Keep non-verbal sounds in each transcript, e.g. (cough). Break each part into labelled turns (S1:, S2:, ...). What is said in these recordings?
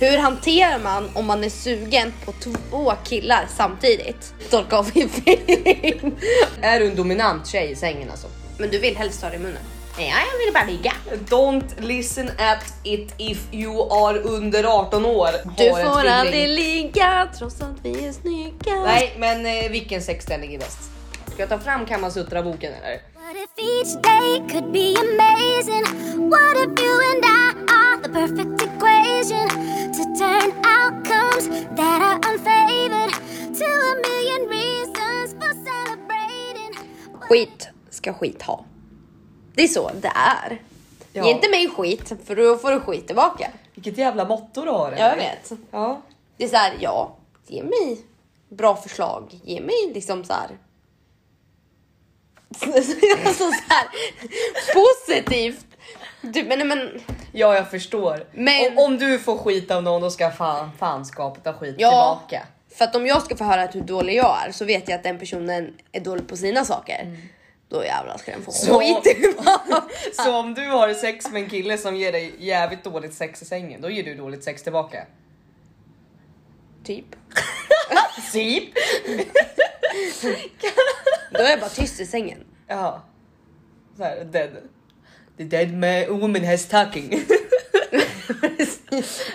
S1: Hur hanterar man om man är sugen på två killar samtidigt? Torka av i film.
S2: Är du en dominant tjej i sängen alltså?
S1: Men du vill helst ta det i munnen.
S2: Nej, jag vill bara ligga. Don't listen at it if you are under 18 år.
S1: Du
S2: Har en
S1: får
S2: tvilling.
S1: aldrig ligga trots att vi är snygga.
S2: Nej, men eh, vilken sexställning är bäst? Ska jag ta fram Kamasutra-boken eller?
S3: What if each day could be amazing? What if you and I are the perfect equation to turn outcomes that are unfavored to a million reasons for celebrating?
S1: Skit ska skit ha. Det är så det är.
S2: Ja.
S1: Ge inte mig skit för då får du skit tillbaka.
S2: Vilket jävla motto du har.
S1: Jag vet.
S2: Ja.
S1: Det är så här, ja, ge mig bra förslag. Ge mig liksom så här. (laughs) alltså så här positivt. Du, men, nej, men
S2: ja, jag förstår.
S1: Men-
S2: Om, om du får skit av någon då ska fan fanskapet ta skit
S1: ja,
S2: tillbaka.
S1: för att om jag ska få höra att hur dålig jag är så vet jag att den personen är dålig på sina saker. Då jävlar ska den få
S2: Mm. Så-
S1: skit.
S2: Så om du har sex med en kille som ger dig jävligt dåligt sex i sängen, då ger du dåligt sex tillbaka.
S1: typ.
S2: (laughs) Sip!
S1: Då är jag bara tyst i sängen.
S2: Jaha. Så här, dead. The dead man, woman has
S1: (laughs)
S2: talking.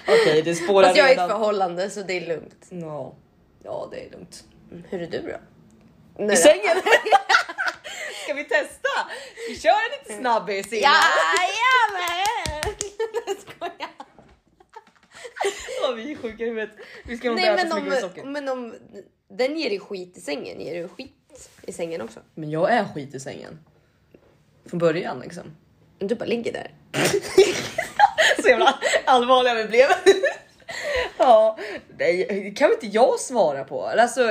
S2: Okej, det spårar
S1: Fast jag är i ett
S2: redan.
S1: förhållande så det är lugnt.
S2: Ja. ja, det är lugnt.
S1: Hur är du då? Nej,
S2: I
S1: då.
S2: sängen! (laughs) Ska vi testa? Vi kör en lite snabbis innan.
S1: Jajamän! Skojar.
S2: Ja, vi är sjuka i huvudet. Vi ska nog inte
S1: Nej
S2: äta
S1: men
S2: så mycket
S1: om,
S2: socker.
S1: men om den ger dig skit i sängen, ger du skit i sängen också?
S2: Men jag är skit i sängen. Från början liksom.
S1: Du bara ligger där.
S2: Så jävla allvarliga vi blev. ja, nej, kan väl inte jag svara på? Alltså,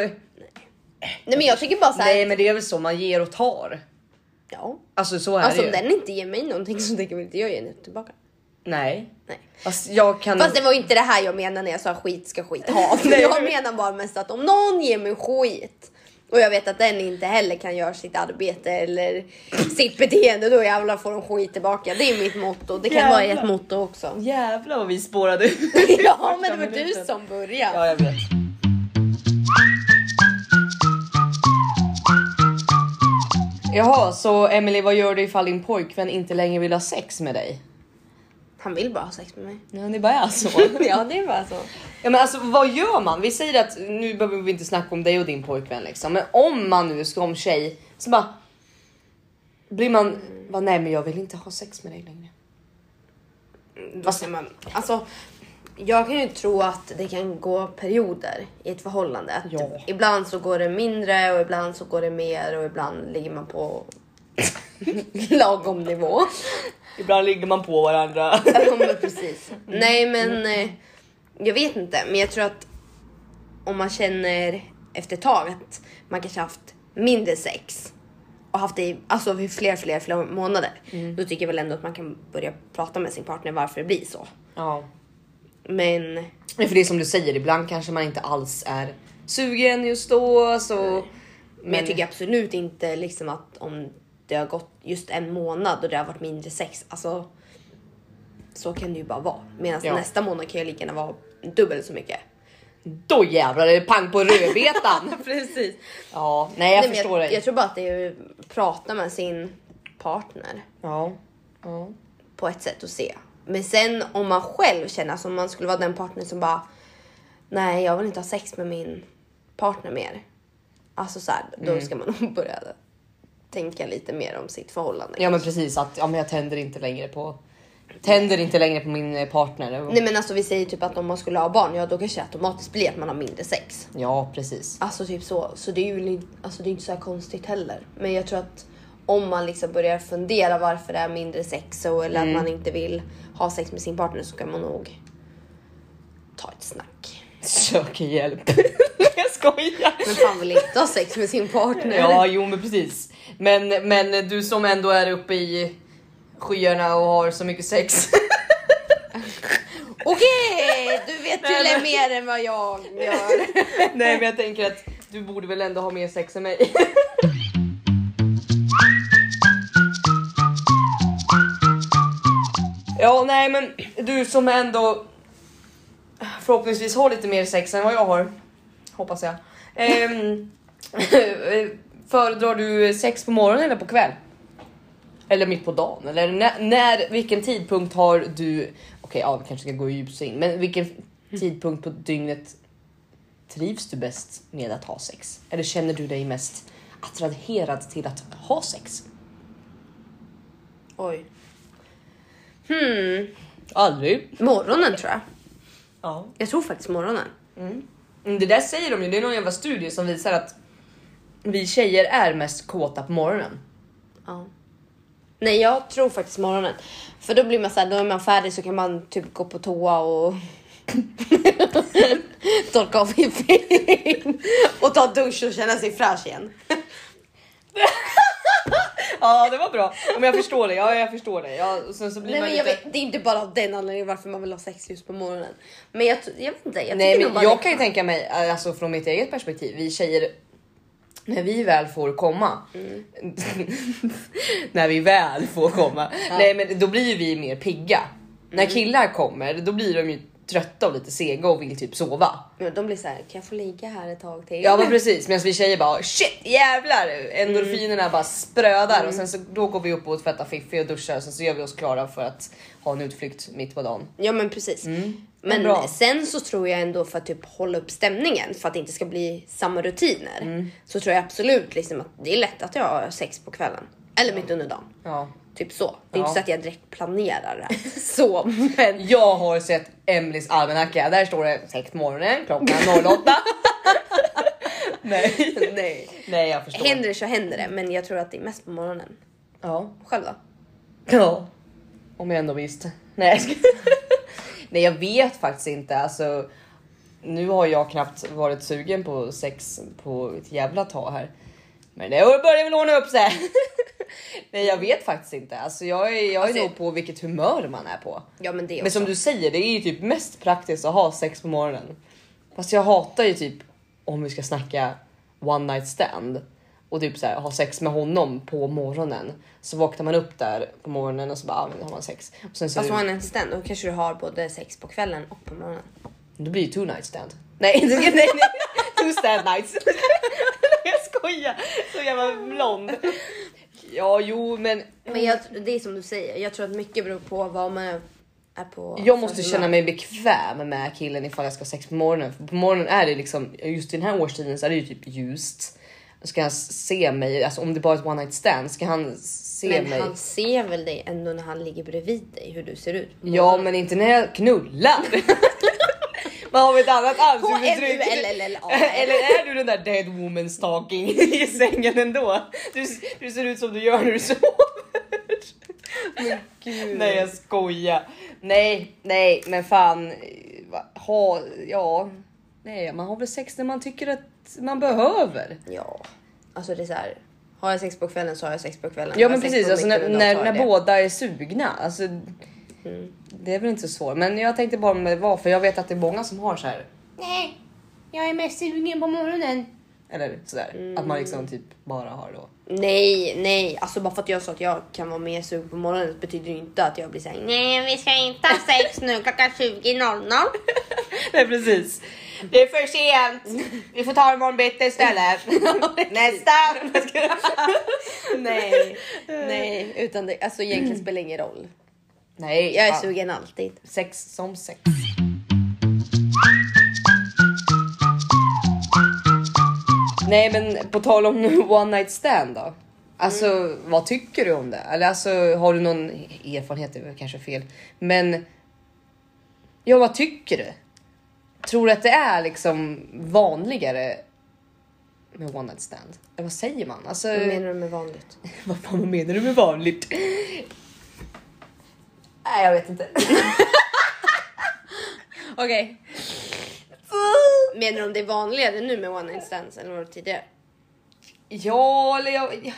S1: Nej men jag tycker bara såhär,
S2: nej men det är väl så man ger och tar.
S1: ja.
S2: Alltså så är
S1: Alltså
S2: det
S1: om
S2: ju.
S1: den inte ger mig någonting så tänker väl inte jag ge den tillbaka.
S2: Nej.
S1: Nej.
S2: Fast jag kan...
S1: Fast det var ju inte det här jag menade när jag sa skit ska skit (laughs) ha.
S2: Nej.
S1: jag menar bara mest att om någon ger mig skit och jag vet att den inte heller kan göra sitt arbete (clears throat) eller sitt beteende, då jävlar får de skit tillbaka. Det är mitt motto. Det kan vara
S2: Jävlar.
S1: ett motto också.
S2: Jävlar vad vi spårade ur.
S1: (laughs) ja men det var
S2: Första
S1: du
S2: minuten.
S1: som började.
S2: Ja jag vet. Jaha, så Emily vad gör du ifall din pojkvän inte längre vill ha sex med dig?
S1: Han vill bara ha sex med mig.
S2: Ja, det bara är så.
S1: (laughs) ja (laughs) det är bara så.
S2: Ja, men alltså, vad gör man? Vi säger att nu behöver vi inte snacka om dig och din pojkvän liksom, men om man nu ska om tjej så bara. Blir man bara, nej, men jag vill inte ha sex med dig längre.
S1: Vad säger man? Alltså, jag kan ju tro att det kan gå perioder i ett förhållande. Att
S2: Ja.
S1: Ibland så går det mindre och ibland så går det mer och ibland ligger man på (laughs) lagom nivå.
S2: Ibland ligger man på varandra. (laughs)
S1: Ja, men precis. (laughs) Nej men eh, jag vet inte men jag tror att om man känner efter ett tag att man kanske haft mindre sex och haft det i alltså, i fler, fler, fler månader. Då tycker jag väl ändå att man kan börja prata med sin partner varför det blir så.
S2: Ja,
S1: Men
S2: men för det är som du säger, ibland kanske man inte alls är sugen just då så.
S1: Men jag tycker absolut inte liksom att om det har gått just en månad och det har varit mindre sex, alltså så kan det ju bara vara. Medan
S2: Ja.
S1: nästa månad kan jag lika gärna vara dubbelt så
S2: (laughs)
S1: mycket.
S2: Då jävlar är det pang
S1: (laughs)
S2: på rödbetan.
S1: Precis.
S2: ja, nej jag
S1: men
S2: förstår
S1: jag,
S2: dig.
S1: jag tror bara att det är att prata med sin partner
S2: Ja, ja.
S1: på ett sätt och se. Men sen om man själv känner, alltså om man skulle vara den partner som bara nej jag vill inte ha sex med min partner mer. Alltså så här, då
S2: Mm.
S1: ska man nog (laughs) börja tänka lite mer om sitt förhållande.
S2: Ja men precis att ja, men jag tänder inte längre på tänder inte längre på min eh, partner.
S1: Nej men alltså vi säger typ att om man skulle ha barn, ja då kanske det automatiskt blir att man har mindre sex.
S2: Ja precis.
S1: Alltså typ så. Så det är ju li- alltså, det är inte så här konstigt heller. Men jag tror att om man liksom börjar fundera varför det är mindre sex och, eller att man inte vill ha sex med sin partner så kan man nog ta ett snack.
S2: Sök hjälp. (laughs) jag skojar.
S1: Men fan vill inte ha sex med sin partner?
S2: (laughs) Ja jo men precis. Men, men du som ändå är uppe i skyarna och har så mycket sex.
S1: Okej, du vet till och med mer än vad jag gör.
S2: (laughs) Nej men jag tänker att du borde väl ändå ha mer sex än (laughs) mig. ja nej men du som ändå förhoppningsvis har lite mer sex än vad jag har. Hoppas jag. Ehm, (laughs) föredrar du sex på morgonen eller på kväll? Eller mitt på dagen? Eller när, när vilken tidpunkt har du? Okej, ja, vi kanske ska gå djupt in, men vilken tidpunkt på dygnet trivs du bäst med att ha sex? Eller känner du dig mest attraherad till att ha sex?
S1: Oj.
S2: Aldrig.
S1: Morgonen tror jag.
S2: Ja.
S1: Jag tror faktiskt morgonen.
S2: Mm, Det där säger de ju, det är någon jävla studie som visar att vi tjejer är mest kåta på morgonen.
S1: Ja. Nej, jag tror faktiskt morgonen. För då blir man så här, då är man färdig så kan man typ gå på toa och (laughs) torka av fiffin och ta dusch och känna sig fräsch igen.
S2: Ja det var bra, Ja, men jag förstår det. Ja, jag förstår det. Ja, och sen så blir
S1: Nej,
S2: man
S1: men jag
S2: lite...
S1: vet, det är inte bara av den anledningen varför man vill ha sex just på morgonen. Men jag, t- jag vet inte. Jag
S2: Nej,
S1: tycker nog
S2: men
S1: bara
S2: jag
S1: det-
S2: kan ju tänka mig, alltså från mitt eget perspektiv, vi tjejer, när vi väl får komma,
S1: Mm.
S2: (laughs) när vi väl får komma, nej men då blir ju vi mer pigga. När
S1: Mm.
S2: killar kommer, då blir de ju trötta och lite sega och vill typ sova.
S1: Ja, De blir så här, kan jag få ligga här ett tag till?
S2: Ja men precis, medan vi tjejer bara shit jävlar endorfinerna
S1: Mm.
S2: bara sprödar och sen så då går vi upp och tvättar fiffi och duschar och sen så gör vi oss klara för att ha en utflykt mitt på dagen.
S1: Ja men precis.
S2: Mm. Men
S1: Men
S2: bra.
S1: sen så tror jag ändå för att typ hålla upp stämningen för att det inte ska bli samma rutiner.
S2: Mm.
S1: Så tror jag absolut liksom att det är lätt att jag har sex på kvällen. Eller mitt under dagen.
S2: Ja.
S1: Typ så. Det är
S2: Ja.
S1: inte så att jag direkt planerar det här. (laughs) så. Men
S2: Jag har sett Emelies almanacka, där står det sex på morgonen klockan 08. Nej.
S1: (laughs) nej.
S2: (laughs) Nej jag förstår.
S1: Händer det så händer det. Men jag tror att det är mest på morgonen.
S2: Ja.
S1: Själv då?
S2: Ja. Om jag ändå visste. Nej jag skojar. (laughs) Nej jag vet faktiskt inte. Alltså, nu har jag knappt varit sugen på sex på ett jävla tag här. Men det börjar väl ordna upp sig. (laughs) Nej jag vet faktiskt inte. Alltså, jag är, jag är
S1: Alltså-
S2: nog på vilket humör man är på.
S1: Ja men det också.
S2: Men som du säger, det är ju typ mest praktiskt att ha sex på morgonen. Fast jag hatar ju typ om vi ska snacka one night stand och typ så här, ha sex med honom på morgonen. Så vaknar man upp där på morgonen och så bara, ah, men då har man sex. Och sen så,
S1: Fast har Alltså, man en stand då kanske du har både sex på kvällen och på morgonen.
S2: då blir det two night stand. (laughs) Nej,
S1: (laughs)
S2: inte- nej, (laughs) nej, two stand nights. (laughs) jag skojar, så jävla blond. Ja, jo, men
S1: Men jag, det är som du säger. Jag tror att mycket beror på vad man är på.
S2: Jag måste
S1: för
S2: känna
S1: humör.
S2: mig bekväm med killen ifall jag ska ha sex på morgonen. För på morgonen är det liksom, just i den här årstiden så är det ju typ ljust. Ska han se mig, alltså om det bara är ett one night stand, ska han se
S1: Men
S2: mig?
S1: han ser väl dig ändå när han ligger bredvid dig hur du ser ut?
S2: Ja men inte när jag knullar. (laughs) Man har väl ett annat
S1: Alltså,
S2: ansiktsuttryck.
S1: H-M-U-L-L-L-A. (laughs)
S2: (laughs) Eller är du den där dead woman stalking (laughs) i sängen ändå? Du, du ser ut som du gör när du (laughs) sover. Nej jag skojar. Nej, nej, men fan. va- Ha, ja. Nej, man har väl sex när man tycker att man behöver.
S1: Ja, alltså det är så här. Har jag sex på kvällen så har jag sex på kvällen.
S2: Ja
S1: Har
S2: men
S1: jag sex
S2: precis,
S1: på
S2: alltså, när,
S1: mitten av
S2: när,
S1: dagen
S2: när
S1: så har jag
S2: båda är sugna. Alltså, Det är väl inte så svårt. Men jag tänkte bara om det var, för jag vet att det är många som har så här. Nej, jag är mest sugen på morgonen. Eller sådär. Att man liksom typ bara har då. (laughs)
S1: det. Nej, nej, alltså bara för att jag sa att jag kan vara mer sugen på morgonen betyder ju inte att jag blir såhär nej vi ska inte ha sex nu klockan 20.00.
S2: Nej precis. Det är för sent. Vi får ta det imorgon bitti (laughs) istället. (laughs) Nästa.
S1: nej, (laughs) nej, utan det, alltså egentligen spelar det ingen roll.
S2: Nej,
S1: Jag är
S2: fan.
S1: sugen alltid.
S2: Sex som sex. Nej men på tal om (laughs) one night stand då. Alltså vad tycker du om det? Eller alltså har du någon erfarenhet? Det är väl kanske fel. Men ja vad tycker du? Tror du att det är liksom vanligare med one night stand? Eller vad säger man? Alltså,
S1: Vad menar du med vanligt?
S2: (laughs) vad fan menar du med vanligt? Nej, jag vet inte. (laughs) Okej.
S1: (laughs) Menar du om det är vanligare nu med one night stands än vad det var tidigare?
S2: Ja, eller jag, jag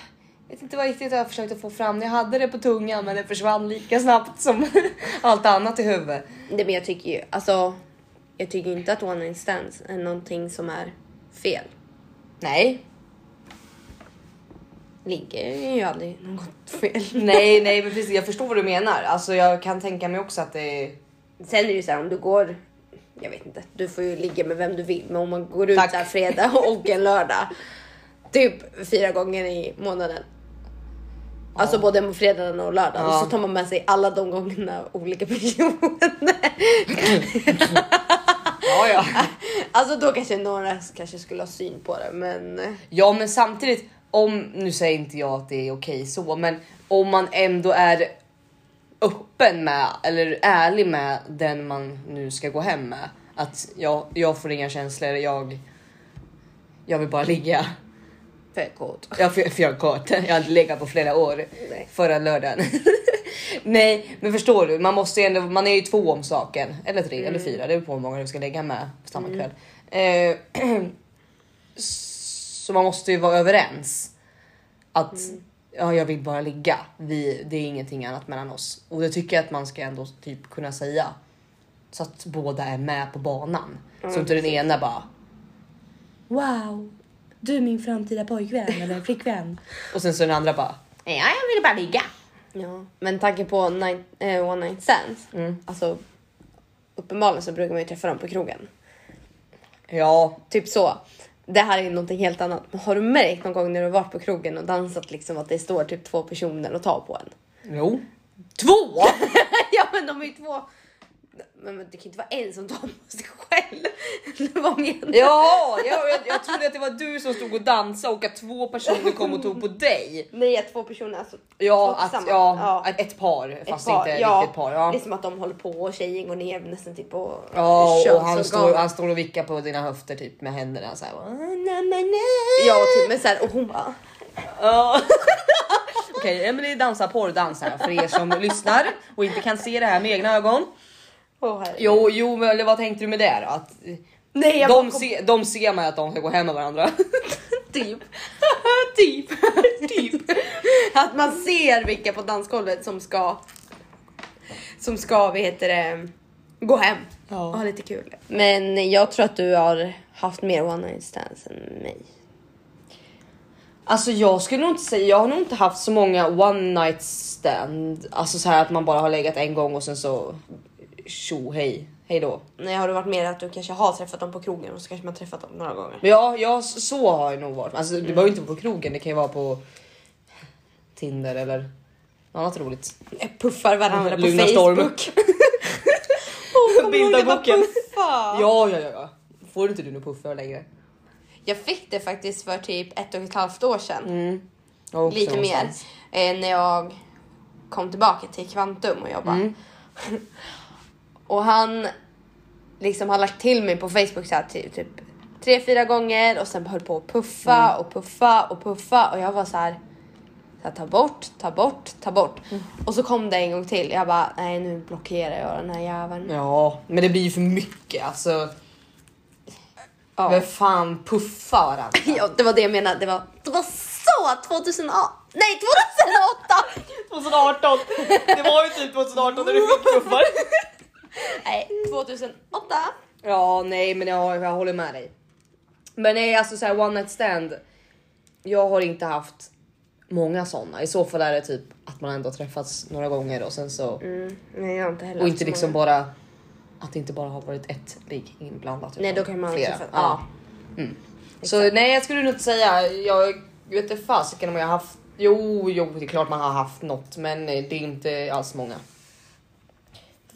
S2: vet inte vad riktigt jag försökte få fram. Jag hade det på tungan, men det försvann lika snabbt som (laughs) allt annat i huvudet.
S1: Nej men jag tycker ju, alltså jag tycker inte att one night stands är någonting som är fel.
S2: Nej,
S1: Ligger är ju aldrig något fel.
S2: nej, nej, men precis. Jag förstår vad du menar. Alltså, jag kan tänka mig också att det är
S1: Sen är det ju så här om du går jag vet inte, du får ju ligga med vem du vill men om man går ut
S2: Tack.
S1: där fredag och en lördag typ fyra gånger i månaden. Alltså både på fredagen och lördagen
S2: Ja.
S1: så tar man med sig alla de gångerna olika personer.
S2: Ja, ja.
S1: alltså då kanske några kanske skulle ha syn på det men
S2: ja, men samtidigt om nu säger inte jag att det är okej så, men om man ändå är öppen med eller ärlig med den man nu ska gå hem med att jag, jag får inga känslor. Jag. Jag vill bara ligga.
S1: för kort.
S2: Jag, för, för jag har kort. Jag har inte legat på flera år.
S1: Nej.
S2: Förra lördagen. (laughs) Nej, men förstår du? Man måste ju ändå. Man är ju två om saken eller tre eller fyra. Det beror på hur många du ska lägga med samma kväll. Eh, (clears throat) så man måste ju vara överens att ja, jag vill bara ligga. Vi, det är ingenting annat mellan oss och det tycker jag att man ska ändå typ kunna säga så att båda är med på banan så inte den ena bara
S4: Wow, du är min framtida pojkvän eller flickvän.
S2: och sen så den andra bara ja, jag vill bara ligga.
S1: Ja, men tanke på nine, eh, one night stands.
S2: Mm.
S1: Alltså uppenbarligen så brukar man ju träffa dem på krogen.
S2: Ja,
S1: Typ så. Det här är ju någonting helt annat. Men har du märkt någon gång när du har varit på krogen och dansat liksom att det står typ två personer och tar på en? (laughs)
S2: jo, två.
S1: ja men de är ju två. Men, men det kan ju inte vara en som tar på sig själv. (laughs) Eller vad menar du?
S2: Jaha,
S1: (laughs)
S2: jag, jag, jag trodde att det var du som stod och dansade och att två personer kom och tog på dig.
S1: Nej att två personer alltså.
S2: Ja,
S1: två
S2: att,
S1: tillsammans.
S2: ja, Att ett par
S1: Ett
S2: fast
S1: par,
S2: inte
S1: ja.
S2: riktigt ett par. Ja.
S1: Det är som att de håller på och tjejen går ner nästan typ på
S2: Ja och han
S1: könsorgan.
S2: står, han står och vickar på dina höfter typ med händerna så här. "Ah, na, na, na."
S1: Ja typ men såhär och hon bara.
S2: Ja. (laughs) Okej Emelie dansar porrdans här för er som lyssnar och inte kan se det här med egna ögon.
S1: Åh herregud.
S2: Jo, jo men eller vad tänkte du med det då? Att
S1: Nej jag bara
S2: de,
S1: kom-
S2: se, de ser mig att de ska gå hem med varandra.
S1: (laughs) typ. (laughs)
S2: typ. typ.
S1: Att man ser vilka på dansgolvet som ska som ska, vad heter det, gå hem
S2: Ja.
S1: och ha lite kul. Men jag tror att du har haft mer one night stands än mig.
S2: Alltså jag skulle nog inte säga, jag har nog inte haft så många one night stand. Alltså så här att man bara har legat en gång och sen så tjo hej, hej då.
S1: Nej, har det varit mer att du kanske har träffat dem på krogen och så kanske man träffat dem några gånger.
S2: Men ja, ja s- så har jag nog varit. Alltså, Det behöver inte vara på krogen, det kan ju vara på Tinder eller något annat roligt.
S1: Puffar varandra på
S2: Lugna
S1: Facebook. (laughs) Åh, kommer du ihåg när man
S2: Bilderboken.
S1: puffade?
S2: Ja, ja, ja, ja. Får inte du några puffar längre?
S1: Jag fick det faktiskt för typ ett och ett halvt år sedan.
S2: Jag har också
S1: lite mer.
S2: någonstans.
S1: Eh, när jag kom tillbaka till Kvantum och jobbade. Mm. (laughs) och han liksom har lagt till mig på Facebook så här, typ, typ tre, fyra gånger och sen höll på att puffa och puffa och puffa och jag var så här, så här ta bort, ta bort, ta bort. Och så kom det en gång till. Jag bara nej nu blockerar jag den här jäveln.
S2: Ja, men det blir ju för mycket alltså.
S1: Ja.
S2: Vem fan puffar alltså?
S1: (laughs)
S2: varandra?
S1: Ja, det var det jag menade. Det var, det var så 2008. Nej (laughs) 2008!
S2: 2018! Det var ju typ 2018 när du fick puffar.
S1: Nej 2008.
S2: Ja, nej, men jag, jag håller med dig. Men nej, alltså så här one night stand. Jag har inte haft många sådana. I så fall är det typ att man ändå har träffats några gånger och sen så
S1: Mm, Nej jag har inte heller
S2: och
S1: haft
S2: inte
S1: så
S2: liksom
S1: många.
S2: bara att det inte bara har varit ett ligg inblandat.
S1: Nej,
S2: utan
S1: då kan man ha
S2: flera.
S1: träffat-
S2: Ja. Mm. Så nej, jag skulle nog inte säga. Jag vet inte fasiken om jag har haft. Jo, jo, det är klart man har haft något, men eh, det är inte alls många.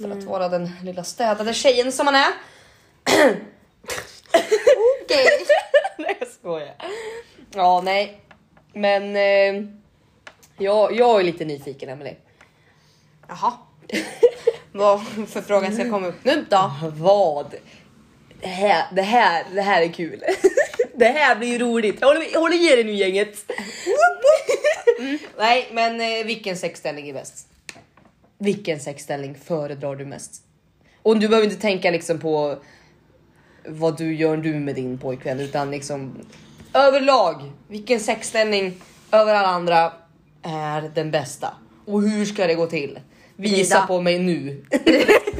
S2: För att vara den lilla städade tjejen som man är. (laughs)
S1: Okej.
S2: nej jag skojar. Ja nej. Men eh, jag, jag är lite nyfiken Emelie. (laughs)
S1: Jaha. Vad för fråga ska komma upp nu då?
S2: Vad? Det här, det här, det här är kul. (laughs) det här blir ju roligt. Håll, håll i er nu gänget. Mm. nej men eh, vilken sexställning är bäst? Vilken sexställning föredrar du mest? Och du behöver inte tänka liksom på vad du gör du med din pojkvän utan liksom överlag vilken sexställning över alla andra är den bästa och hur ska det gå till? Visa
S1: Vrida.
S2: på mig (laughs) nu.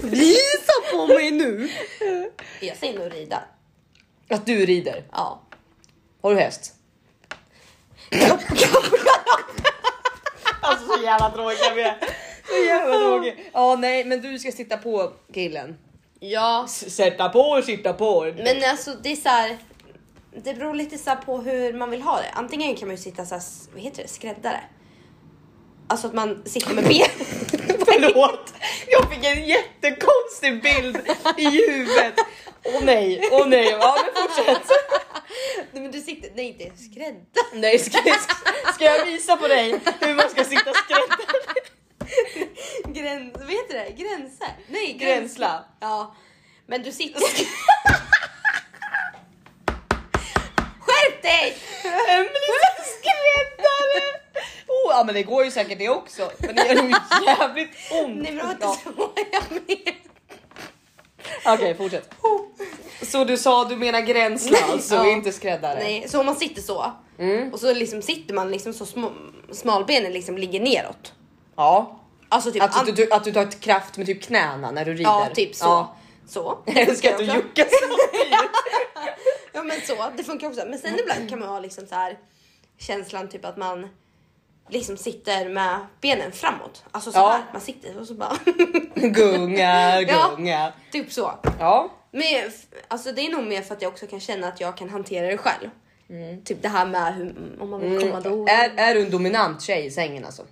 S1: Visa på mig
S2: nu.
S1: Jag säger nog rida.
S2: Att du rider.
S1: Ja.
S2: Har du häst? alltså så jävla tråkiga vi är. Så jävla tråkiga. Ja nej men du ska sitta på killen
S1: Ja,
S2: S- Sätta på och sitta på.
S1: men alltså det är så här. Det beror lite så här på hur man vill ha det. Antingen kan man ju sitta så här, s- vad heter det, skräddare. Alltså att man sitter med ben.
S2: (laughs) Förlåt, jag fick en jättekonstig bild i huvudet. Åh nej, åh nej, ja men fortsätt.
S1: Nej men du sitter, nej inte skräddare.
S2: Nej, ska, ska- ska jag visa på dig hur man ska sitta skräddare?
S1: Gräns, vad heter det? Gränser? Nej, gräns-
S2: Gränsla.
S1: Ja, men du sitter...
S2: (laughs)
S1: Skärp dig!
S2: Emelie skräddare! Oh, ja men det går ju säkert det också. Men det gör ju jävligt ont.
S1: Nej men det var inte
S2: Ja,
S1: så jag menade.
S2: Okej, fortsätt. Så du sa du menar gränsla alltså,
S1: Ja.
S2: inte skräddare? Mm.
S1: Nej, så om man sitter så och så liksom sitter man liksom så små, smalbenen liksom ligger neråt.
S2: Ja.
S1: Alltså typ...
S2: Att du,
S1: an-
S2: du, att du tar ett kraft med typ knäna när du rider?
S1: ja, typ så.
S2: Ja. (laughs)
S1: Så.
S2: Jag älskar att du juckar samtidigt.
S1: Ja men så, det funkar också. Men
S2: Mm.
S1: sen ibland kan man ha liksom så här känslan typ att man liksom sitter med benen framåt. Alltså så
S2: Ja.
S1: här, man sitter och så bara
S2: (laughs)
S1: (laughs)
S2: Gunga,
S1: Ja.
S2: gunga.
S1: typ så.
S2: Ja.
S1: Men f- alltså det är nog mer för att jag också kan känna att jag kan hantera det själv. Typ det här med hur, om man vill komma då.
S2: Mm. Är, är du en dominant tjej i sängen alltså?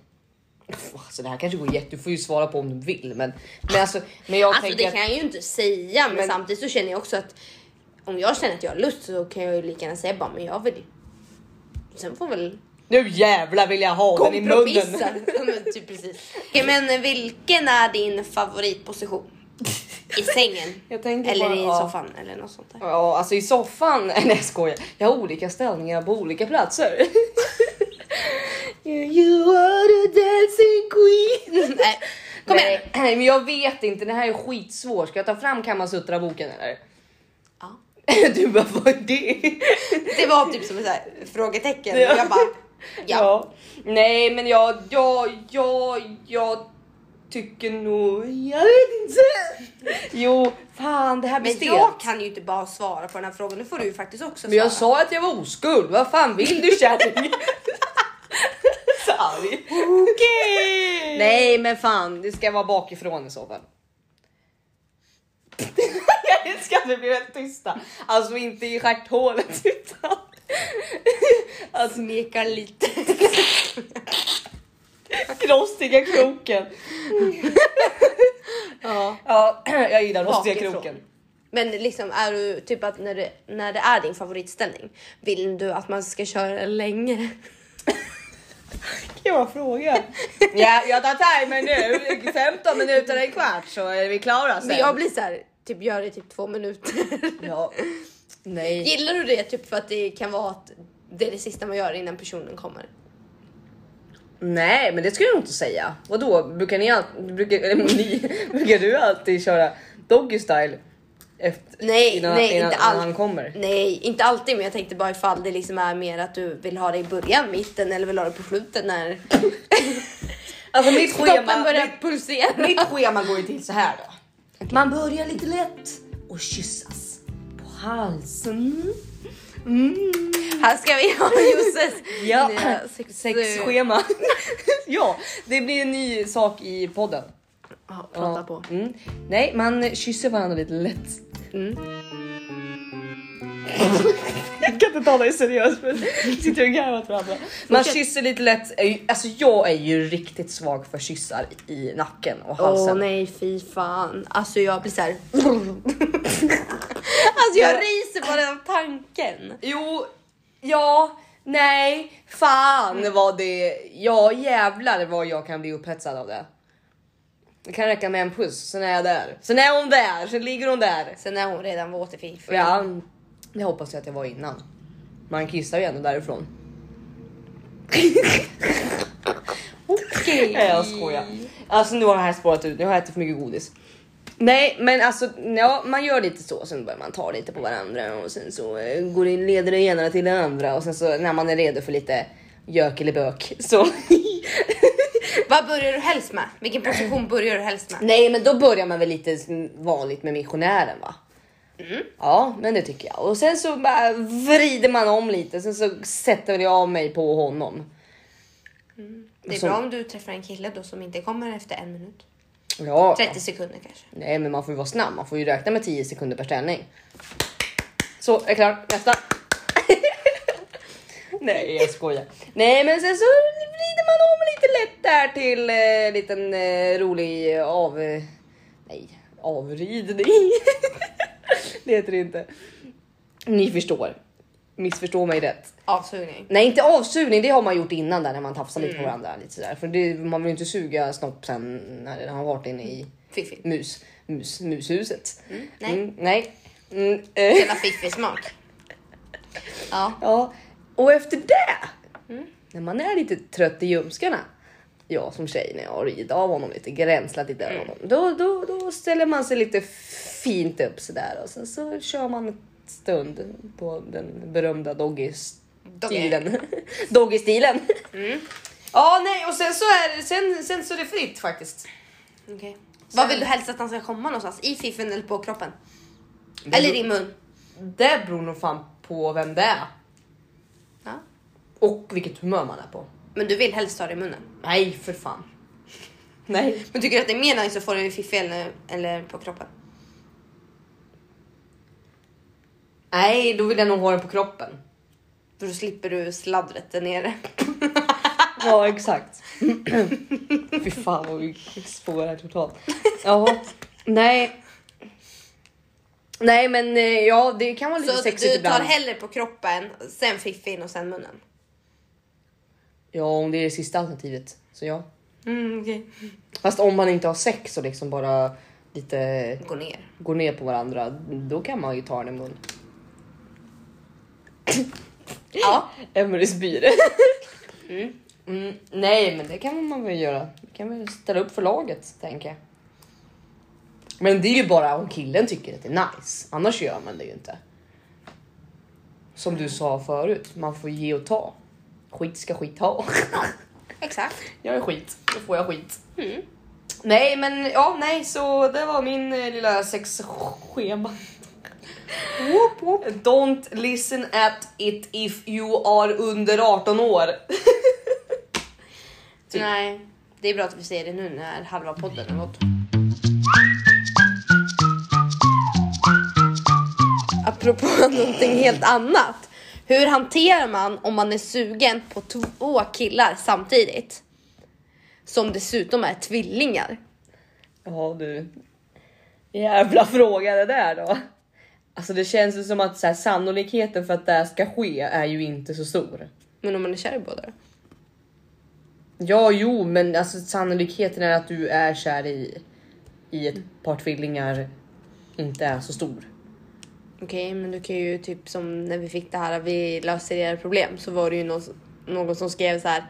S2: Uff, alltså det här kanske går jätte... Du får ju svara på om du vill men... Men alltså, men jag
S1: Alltså det
S2: tänker
S1: kan jag ju inte säga men,
S2: Men-
S1: samtidigt så känner jag också att om jag känner att jag har lust så kan jag ju lika gärna säga bara men jag vill Sen får väl
S2: att nu jävlar vill jag ha den i
S1: kompromissa. (laughs)
S2: munnen.
S1: Ja, men typ precis. Okej, men vilken är din favoritposition? I sängen?
S2: (laughs) Jag tänker
S1: eller
S2: bara,
S1: i
S2: ja.
S1: soffan eller något sånt där.
S2: Ja alltså i soffan, (laughs) nej jag skojar. Jag har olika ställningar på olika platser. (laughs) you are a dancing queen.
S1: Nej, Äh, kom igen.
S2: Nej, men jag vet inte, det här är skitsvår. Ska jag ta fram Kamasutra boken eller? (laughs)
S1: Ja.
S2: Du bara vad
S1: (laughs)
S2: är det?
S1: Det var typ som ett så här frågetecken och
S2: Ja.
S1: jag bara ja.
S2: Nej men jag, jag, jag, jag tycker nog, jag vet inte. Jo, fan det här blir
S1: Men
S2: stelt.
S1: jag kan ju inte bara svara på den här frågan. Nu får du ju faktiskt också svara.
S2: Men jag sa att jag var oskuld, vad fan vill du (laughs) kärring? Så arg.
S1: okej.
S2: Nej men fan, det ska vara bakifrån i så fall. (laughs) jag älskar att vi blir helt tysta. Alltså inte i stjärthålet (laughs) utan... alltså
S1: Smeka
S2: (laughs)
S1: lite.
S2: rostiga kroken.
S1: Ja.
S2: Ja, (clears throat) jag gillar rostiga
S1: Bakifrån.
S2: kroken.
S1: Men liksom är du typ att när det, när det är din favoritställning vill du att man ska köra
S2: (laughs)
S1: längre?
S2: Vilken bra fråga. (laughs) ja, jag tar timer nu. 15 minuter, en kvart så är vi klara sen.
S1: Men jag blir så här, typ gör det i typ två minuter.
S2: (laughs) Ja. Nej.
S1: Gillar du det typ för att det kan vara att det är det sista man gör innan personen kommer?
S2: Nej, men det skulle jag inte säga. Vadå, brukar ni alltid, brukar, eller (laughs) ni, brukar du alltid köra doggy style? Efter,
S1: Nej,
S2: innan,
S1: nej,
S2: innan
S1: inte all-
S2: han kommer?
S1: Nej, inte alltid, men jag tänkte bara ifall det liksom är mer att du vill ha det i början, mitten eller vill ha det på slutet
S2: (laughs)
S1: när
S2: Alltså mitt
S1: kroppen
S2: schema,
S1: börjar pulsera.
S2: mitt schema går ju till så här då. Man börjar lite lätt och kyssas på halsen.
S1: Här ska vi ha Josses
S2: Ja,
S1: nya
S2: sexschema. (laughs) ja, det blir en ny sak i podden.
S1: Ja, prata
S2: Ja.
S1: på.
S2: Mm. Nej, man kysser varandra lite lätt.
S1: Mm.
S2: (laughs) jag kan inte tala i seriöst för sitter och garvar åt varandra. Man
S1: Fortsätt.
S2: kysser lite lätt. är ju- Alltså jag är ju riktigt svag för kyssar i nacken och
S1: Åh
S2: halsen.
S1: nej, fy fan. Alltså jag blir så här. (laughs) alltså jag ryser bara av tanken.
S2: Jo, ja, nej,
S1: Mm.
S2: fan vad det... Ja jävlar vad jag kan bli upphetsad av det. Det kan räcka med en puss, sen är jag där. Sen är hon där, sen ligger hon där.
S1: Sen är hon redan våt i fiffan.
S2: Ja, det hoppas jag att jag var innan. Man kissar ju ändå därifrån. Okej. Okay. Jag skojar. Alltså nu har det här spårat ut, nu har jag ätit för mycket godis. Nej men alltså ja, man gör lite så, sen börjar man ta lite på varandra och sen så eh, går det, leder det ena till det andra och sen så när man är redo för lite gök eller bök så (laughs)
S1: Vad börjar du helst med? Vilken position börjar du helst med?
S2: Nej, men då börjar man väl lite vanligt med missionären va? Ja, men det tycker jag. Och sen så bara vrider man om lite, sen så sätter väl jag av mig på honom.
S1: Det är
S2: Så-
S1: bra om du träffar en kille då som inte kommer efter en minut.
S2: Ja, ja.
S1: 30 sekunder kanske.
S2: Nej, men man får ju vara snabb. Man får ju räkna med 10 sekunder per ställning. Så, är jag klar. Nästa. (laughs) Nej, jag skojar. Nej, men sen så vrider man om lite lätt där till eh, liten eh, rolig eh, av... Eh, nej, avridning. (laughs) det heter det inte. Ni förstår. Missförstå mig rätt.
S1: Avsugning.
S2: Nej inte avsugning, det har man gjort innan där när man tafsar lite på varandra. Lite sådär. För det, man vill ju inte suga snopp sen när den har varit inne i
S1: Fiffi.
S2: mus, mus, mushuset.
S1: nej.
S2: Mm, nej. Mm, eh, (laughs)
S1: Jävla fiffig smak. Ja.
S2: ja. Och efter det, när man är lite trött i ljumskarna, jag som tjej när jag har ridit av honom lite, gränslat lite över honom, då, då, då ställer man sig lite fint upp sådär och sen så kör man en stund på den berömda doggy stilen. (laughs) Doggy-stilen. Mm. (laughs) Ja, nej, och sen så är det, sen, sen så är det fritt faktiskt.
S1: Okej. Vad vill du helst att han ska komma någonstans? I fiffen eller på kroppen? Eller i mun?
S2: Det beror nog fan på vem det är
S1: Ja.
S2: och vilket humör man är på.
S1: Men du vill helst ha det i munnen?
S2: Nej, för fan. (laughs) Nej.
S1: Men tycker du att det är mer nice att få den i fiffen eller, eller på kroppen?
S2: Nej, då vill jag nog ha den på kroppen.
S1: För då slipper du sladdret där nere.
S2: Ja, exakt. (clears throat) Fy fan vad vi spårar totalt. Jaha, nej. Nej, men eh, ja, det kan vara lite
S1: Så
S2: sexigt
S1: du tar
S2: ibland.
S1: hellre på kroppen, sen fiffin och sen munnen?
S2: Ja, om det är det sista alternativet. Så ja.
S1: Mm, okej.
S2: Fast om man inte har sex och liksom bara lite
S1: Gå ner.
S2: går ner på varandra, då kan man ju ta den i (coughs) mun.
S1: Ja.
S2: Emelies byre. (laughs) Mm, nej, men det kan man väl göra. Det kan väl ställa upp för laget, tänker jag. Men det är ju bara om killen tycker att det är nice. Annars gör man det ju inte. Som du sa förut, man får ge och ta. Skit ska skit ha. (laughs)
S1: Exakt. Mm.
S2: Jag är skit, då får jag skit. Nej men ja, nej så det var min eh, lilla sexschema. Whoop, whoop. Don't listen at it if you are under 18 år. Typ.
S1: Nej. Det är bra att vi säger det nu när halva podden har gått. Apropå (laughs) någonting helt annat. Hur hanterar man om man är sugen på två killar samtidigt? Som dessutom är tvillingar.
S2: Ja du. Jävla fråga det där då. Alltså det känns ju som att så här, sannolikheten för att det här ska ske är ju inte så stor.
S1: Men om man är kär i båda då?
S2: Ja, jo, men alltså sannolikheten är att du är kär i, i ett par tvillingar inte är så stor.
S1: Okej, men du kan ju typ som när vi fick det här, vi löser era problem, så var det ju någon, någon som skrev så här.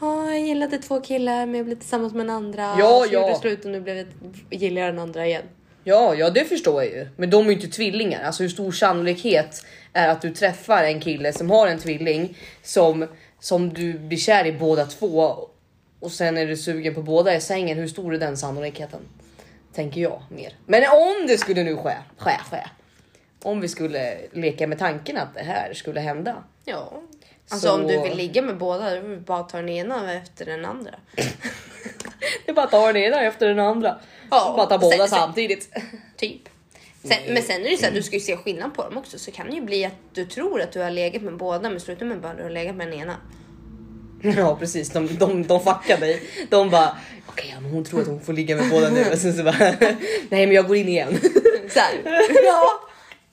S1: Ja, jag gillade två killar, men jag blev tillsammans med den andra.
S2: Ja,
S1: så
S2: ja.
S1: gjorde det slut och nu blev jag, gillar jag den andra igen.
S2: Ja, ja, det förstår jag ju, men de är ju inte tvillingar. Alltså hur stor sannolikhet är att du träffar en kille som har en tvilling som som du blir kär i båda två och sen är du sugen på båda i sängen. Hur stor är den sannolikheten? Tänker jag mer. Men om det skulle nu ske, ske, ske. Om vi skulle leka med tanken att det här skulle hända.
S1: Ja, alltså
S2: Så-
S1: om du vill ligga med båda, då är det bara att ta den ena efter den andra.
S2: Det är bara att ta den ena efter den andra.
S1: Ja.
S2: bara ta båda
S1: Sen- sen-
S2: samtidigt.
S1: Typ. Sen, men sen är det ju så här, du ska ju se skillnad på dem också, så kan det ju bli att du tror att du har legat med båda, men slutar med bara att du har legat med den ena.
S2: Ja precis, de, de, de fuckar dig. De bara okej ja, men hon tror att hon får ligga med båda nu och sen så bara (laughs) nej men jag går in igen. (laughs)
S1: Så (laughs) här,
S2: ja,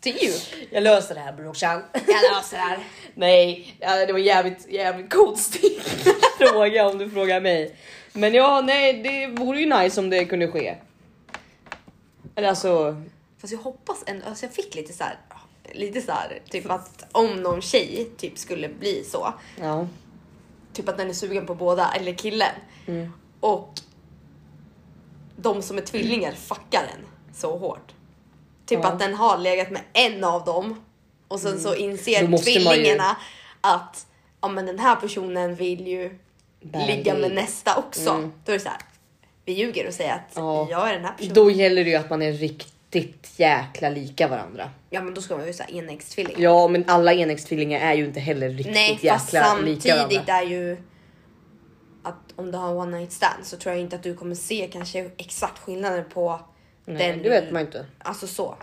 S1: typ.
S2: jag löser det här brorsan.
S1: Jag löser det här.
S2: (laughs) nej, ja, det var jävligt jävligt konstig (laughs) fråga om du frågar mig. Men ja, nej det vore ju nice om det kunde ske. Eller alltså
S1: Fast jag hoppas ändå, alltså jag fick lite så här, lite så här, typ att om någon tjej typ skulle bli så,
S2: ja.
S1: typ att den är sugen på båda eller killen
S2: Mm.
S1: och de som är tvillingar fuckar den så hårt. Typ
S2: Ja.
S1: att den har legat med en av dem och sen så
S2: Mm. Då
S1: inser
S2: måste man ju-
S1: tvillingarna att ja men den här personen vill ju
S2: Bad
S1: ligga med
S2: gig.
S1: nästa också. Då är det så här, vi ljuger och säger att
S2: Ja.
S1: jag är den här personen.
S2: Då gäller det ju att man är riktigt jäkla lika varandra.
S1: Ja men då ska man ju säga enäggstvilling.
S2: Ja, men alla enäggstvillingar är ju inte heller riktigt
S1: Nej, fast
S2: jäkla lika varandra.
S1: samtidigt är ju att om du har one night stand så tror jag inte att du kommer se kanske exakt skillnaden på
S2: Nej,
S1: den.
S2: det vet man inte.
S1: Alltså så.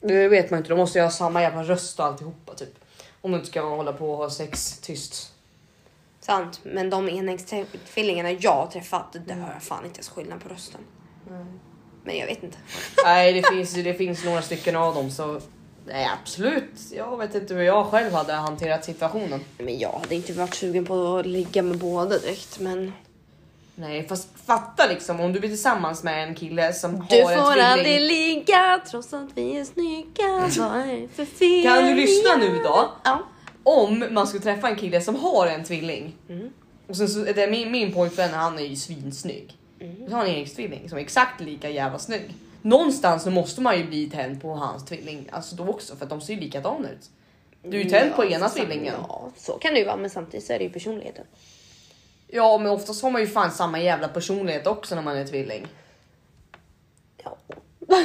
S2: Det vet man inte. De måste ju ha samma jävla röst och alltihopa typ. Om du inte ska hålla på och ha sex tyst.
S1: Sant. Men de enäggstvillingarna jag har träffat, det
S2: Mm.
S1: hör jag fan inte ens skillnad på rösten. Men jag vet inte.
S2: Nej, det finns, det finns några stycken av dem så nej, absolut. Jag vet inte hur jag själv hade hanterat situationen.
S1: Men jag hade inte varit sugen på att ligga med båda direkt men...
S2: Nej, fast fatta liksom om du blir tillsammans med en kille som
S1: Du
S2: har en
S1: får
S2: tvilling.
S1: aldrig ligga trots att vi är
S2: (laughs)
S1: snygga. Vad är det för fel?
S2: Kan du lyssna nu då?
S1: Ja.
S2: Om man skulle träffa en kille som har en tvilling.
S1: Mm.
S2: Och sen så är det min, min pojkvän, han är ju svinsnygg. Mm. Så har han en tvilling som är exakt lika jävla snygg. Någonstans så måste man ju bli tänd på hans tvilling, alltså då också för att de ser ju likadana ut. Du är ju tänd på
S1: Ja,
S2: ena
S1: så-
S2: tvillingen. Ja.
S1: Ja, så kan det ju vara men samtidigt så är det ju personligheten.
S2: men oftast har man ju fan samma jävla personlighet också när man är tvilling.
S1: Ja. (laughs)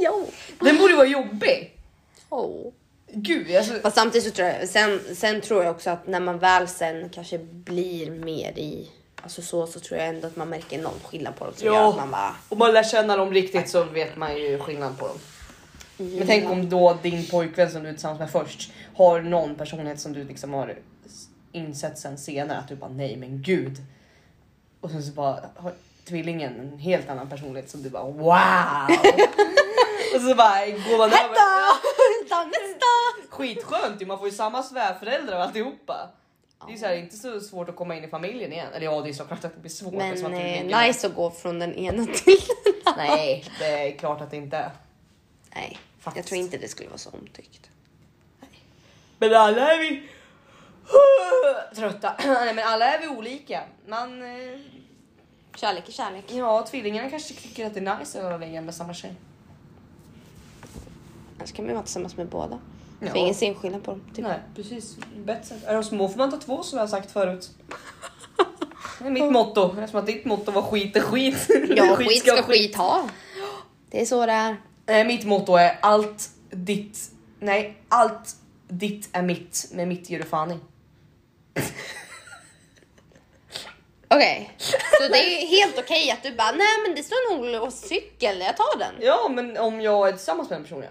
S1: ja.
S2: Den borde ju vara jobbig.
S1: Oh.
S2: Gud alltså.
S1: Fast samtidigt så tror jag, sen, sen tror jag också att när man väl sen kanske blir mer i, alltså så, så tror jag ändå att man märker någon skillnad på dem som gör att man
S2: (laughs)
S1: bara,
S2: Om man lär känna dem riktigt så vet man ju skillnad på dem. Men tänk om då din pojkvän som du är tillsammans med först har någon personlighet som du liksom har s- insett sen senare att du bara nej men gud. Och sen så bara har tvillingen en helt annan personlighet som du
S1: (laughs)
S2: bara wow. Och så bara går man över. Skitskönt ju, man får ju samma svärföräldrar och alltihopa. Det är ju så här, inte så svårt att komma in i familjen igen. Eller ja det är såklart att det blir svårt. eftersom
S1: men
S2: att tvillingen-
S1: eh, nice att gå från den ena (laughs) till den andra.
S2: Nej det är klart att det inte är.
S1: Nej, jag
S2: Faktiskt.
S1: tror inte det skulle vara så omtyckt.
S2: Men alla är vi trötta. (clears throat) Nej men alla är vi olika. Man, eh,
S1: Kärlek är kärlek.
S2: ja tvillingarna kanske tycker att det är nice att ligga med samma tjej.
S1: Annars kan man ju vara tillsammans med båda.
S2: Ja.
S1: För ingen ser en skillnad på dem. Typ.
S2: Nej precis, bättre. Är de små får man ta två som jag har sagt förut. Det är mitt motto, eftersom att ditt motto var skit är (laughs) skit.
S1: Ja, skit ska skit ha. Det är så det är.
S2: Eh, mitt motto är allt ditt, nej allt ditt är mitt, men mitt gör du fan i.
S1: Okej, så det är helt okej att du bara nej men det står en olåst cykel, jag tar den.
S2: Ja men om jag är tillsammans med en person ja.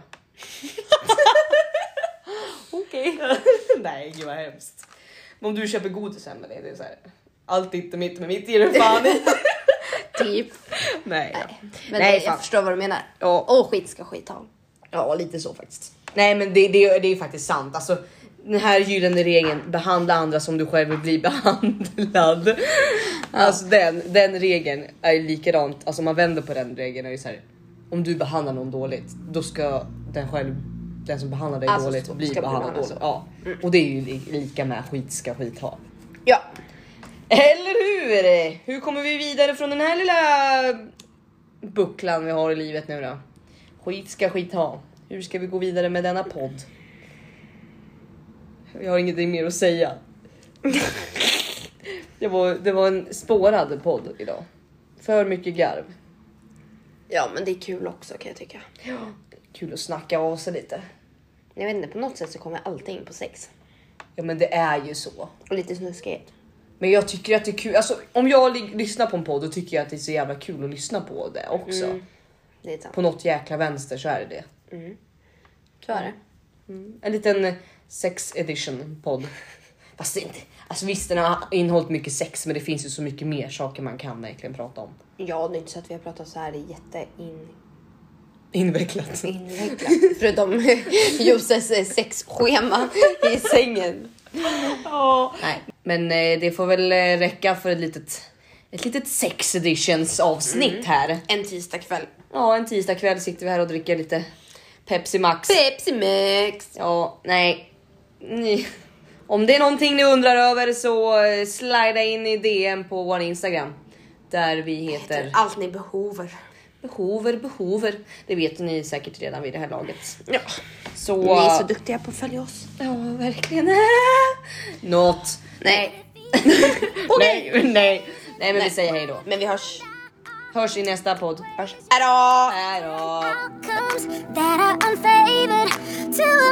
S2: (laughs)
S1: Okej.
S2: (laughs) Nej gud vad hemskt. Men om du köper godis hem med dig, det är så här. Allt är inte mitt men mitt ger du fan (laughs) i.
S1: Typ.
S2: Nej.
S1: Men
S2: Nej,
S1: det,
S2: fan.
S1: jag förstår vad du menar.
S2: Ja.
S1: Och skit ska skit ha.
S2: Ja lite så faktiskt. Nej men det, det, det är faktiskt sant. Alltså, den här gyllene regeln, behandla andra som du själv vill bli (laughs) behandlad. Alltså den, den regeln är ju likadant, alltså om man vänder på den regeln är ju så här. Om du behandlar någon dåligt, då ska den själv, den som behandlar dig
S1: Alltså,
S2: dåligt
S1: ska
S2: bli
S1: bli
S2: behandlad
S1: behandlad alltså. Mm.
S2: dåligt. Ja. Och det är ju li- lika med skit ska skit ha.
S1: Ja.
S2: Eller hur? Hur kommer vi vidare från den här lilla bucklan vi har i livet nu då? Skit ska skit ha. Hur ska vi gå vidare med denna podd? Jag har ingenting mer att säga. det, var, det var en spårad podd idag. För mycket garv.
S1: Ja men det är kul också kan jag tycka.
S2: Kul att snacka av sig lite.
S1: Jag vet inte, på något sätt så kommer jag alltid in på sex.
S2: Ja men det är ju så.
S1: Och lite snuskighet.
S2: Men jag tycker att det är kul. Alltså, om jag lig- lyssnar på en podd då tycker jag att det är så jävla kul att lyssna på det också.
S1: Det är sant.
S2: På något jäkla vänster så är det det.
S1: Så är det.
S2: En liten sex edition podd. Fast det är inte, alltså visst den har innehållit mycket sex men det finns ju så mycket mer saker man kan verkligen prata om.
S1: Ja det är inte så att vi har pratat så här jätteinvecklat.
S2: Invecklat.
S1: (laughs) Förutom (laughs) Josses sexschema i sängen.
S2: Nej. Men eh, det får väl eh, räcka för ett litet, ett litet sex editions avsnitt här.
S1: En tisdagkväll.
S2: Ja en tisdag kväll sitter vi här och dricker lite Pepsi Max.
S1: Pepsi Max!
S2: Ja, nej. Ni. Om det är någonting ni undrar över så eh, slida in i DM på vår Instagram. Där vi heter...
S1: Allt ni behover.
S2: Behover, behover. Det vet ni säkert redan vid det här laget.
S1: Ja.
S2: Så...
S1: Ni är så duktiga på att följa oss.
S2: Ja, verkligen. (laughs) Något.
S1: (laughs) Nej,
S2: Nej, nej. Nej, men vi säger hej då.
S1: men vi hörs.
S2: Hörs i nästa podd. Hörs.
S1: Hejdå!
S2: Hej då.
S3: outcomes that are unfavored to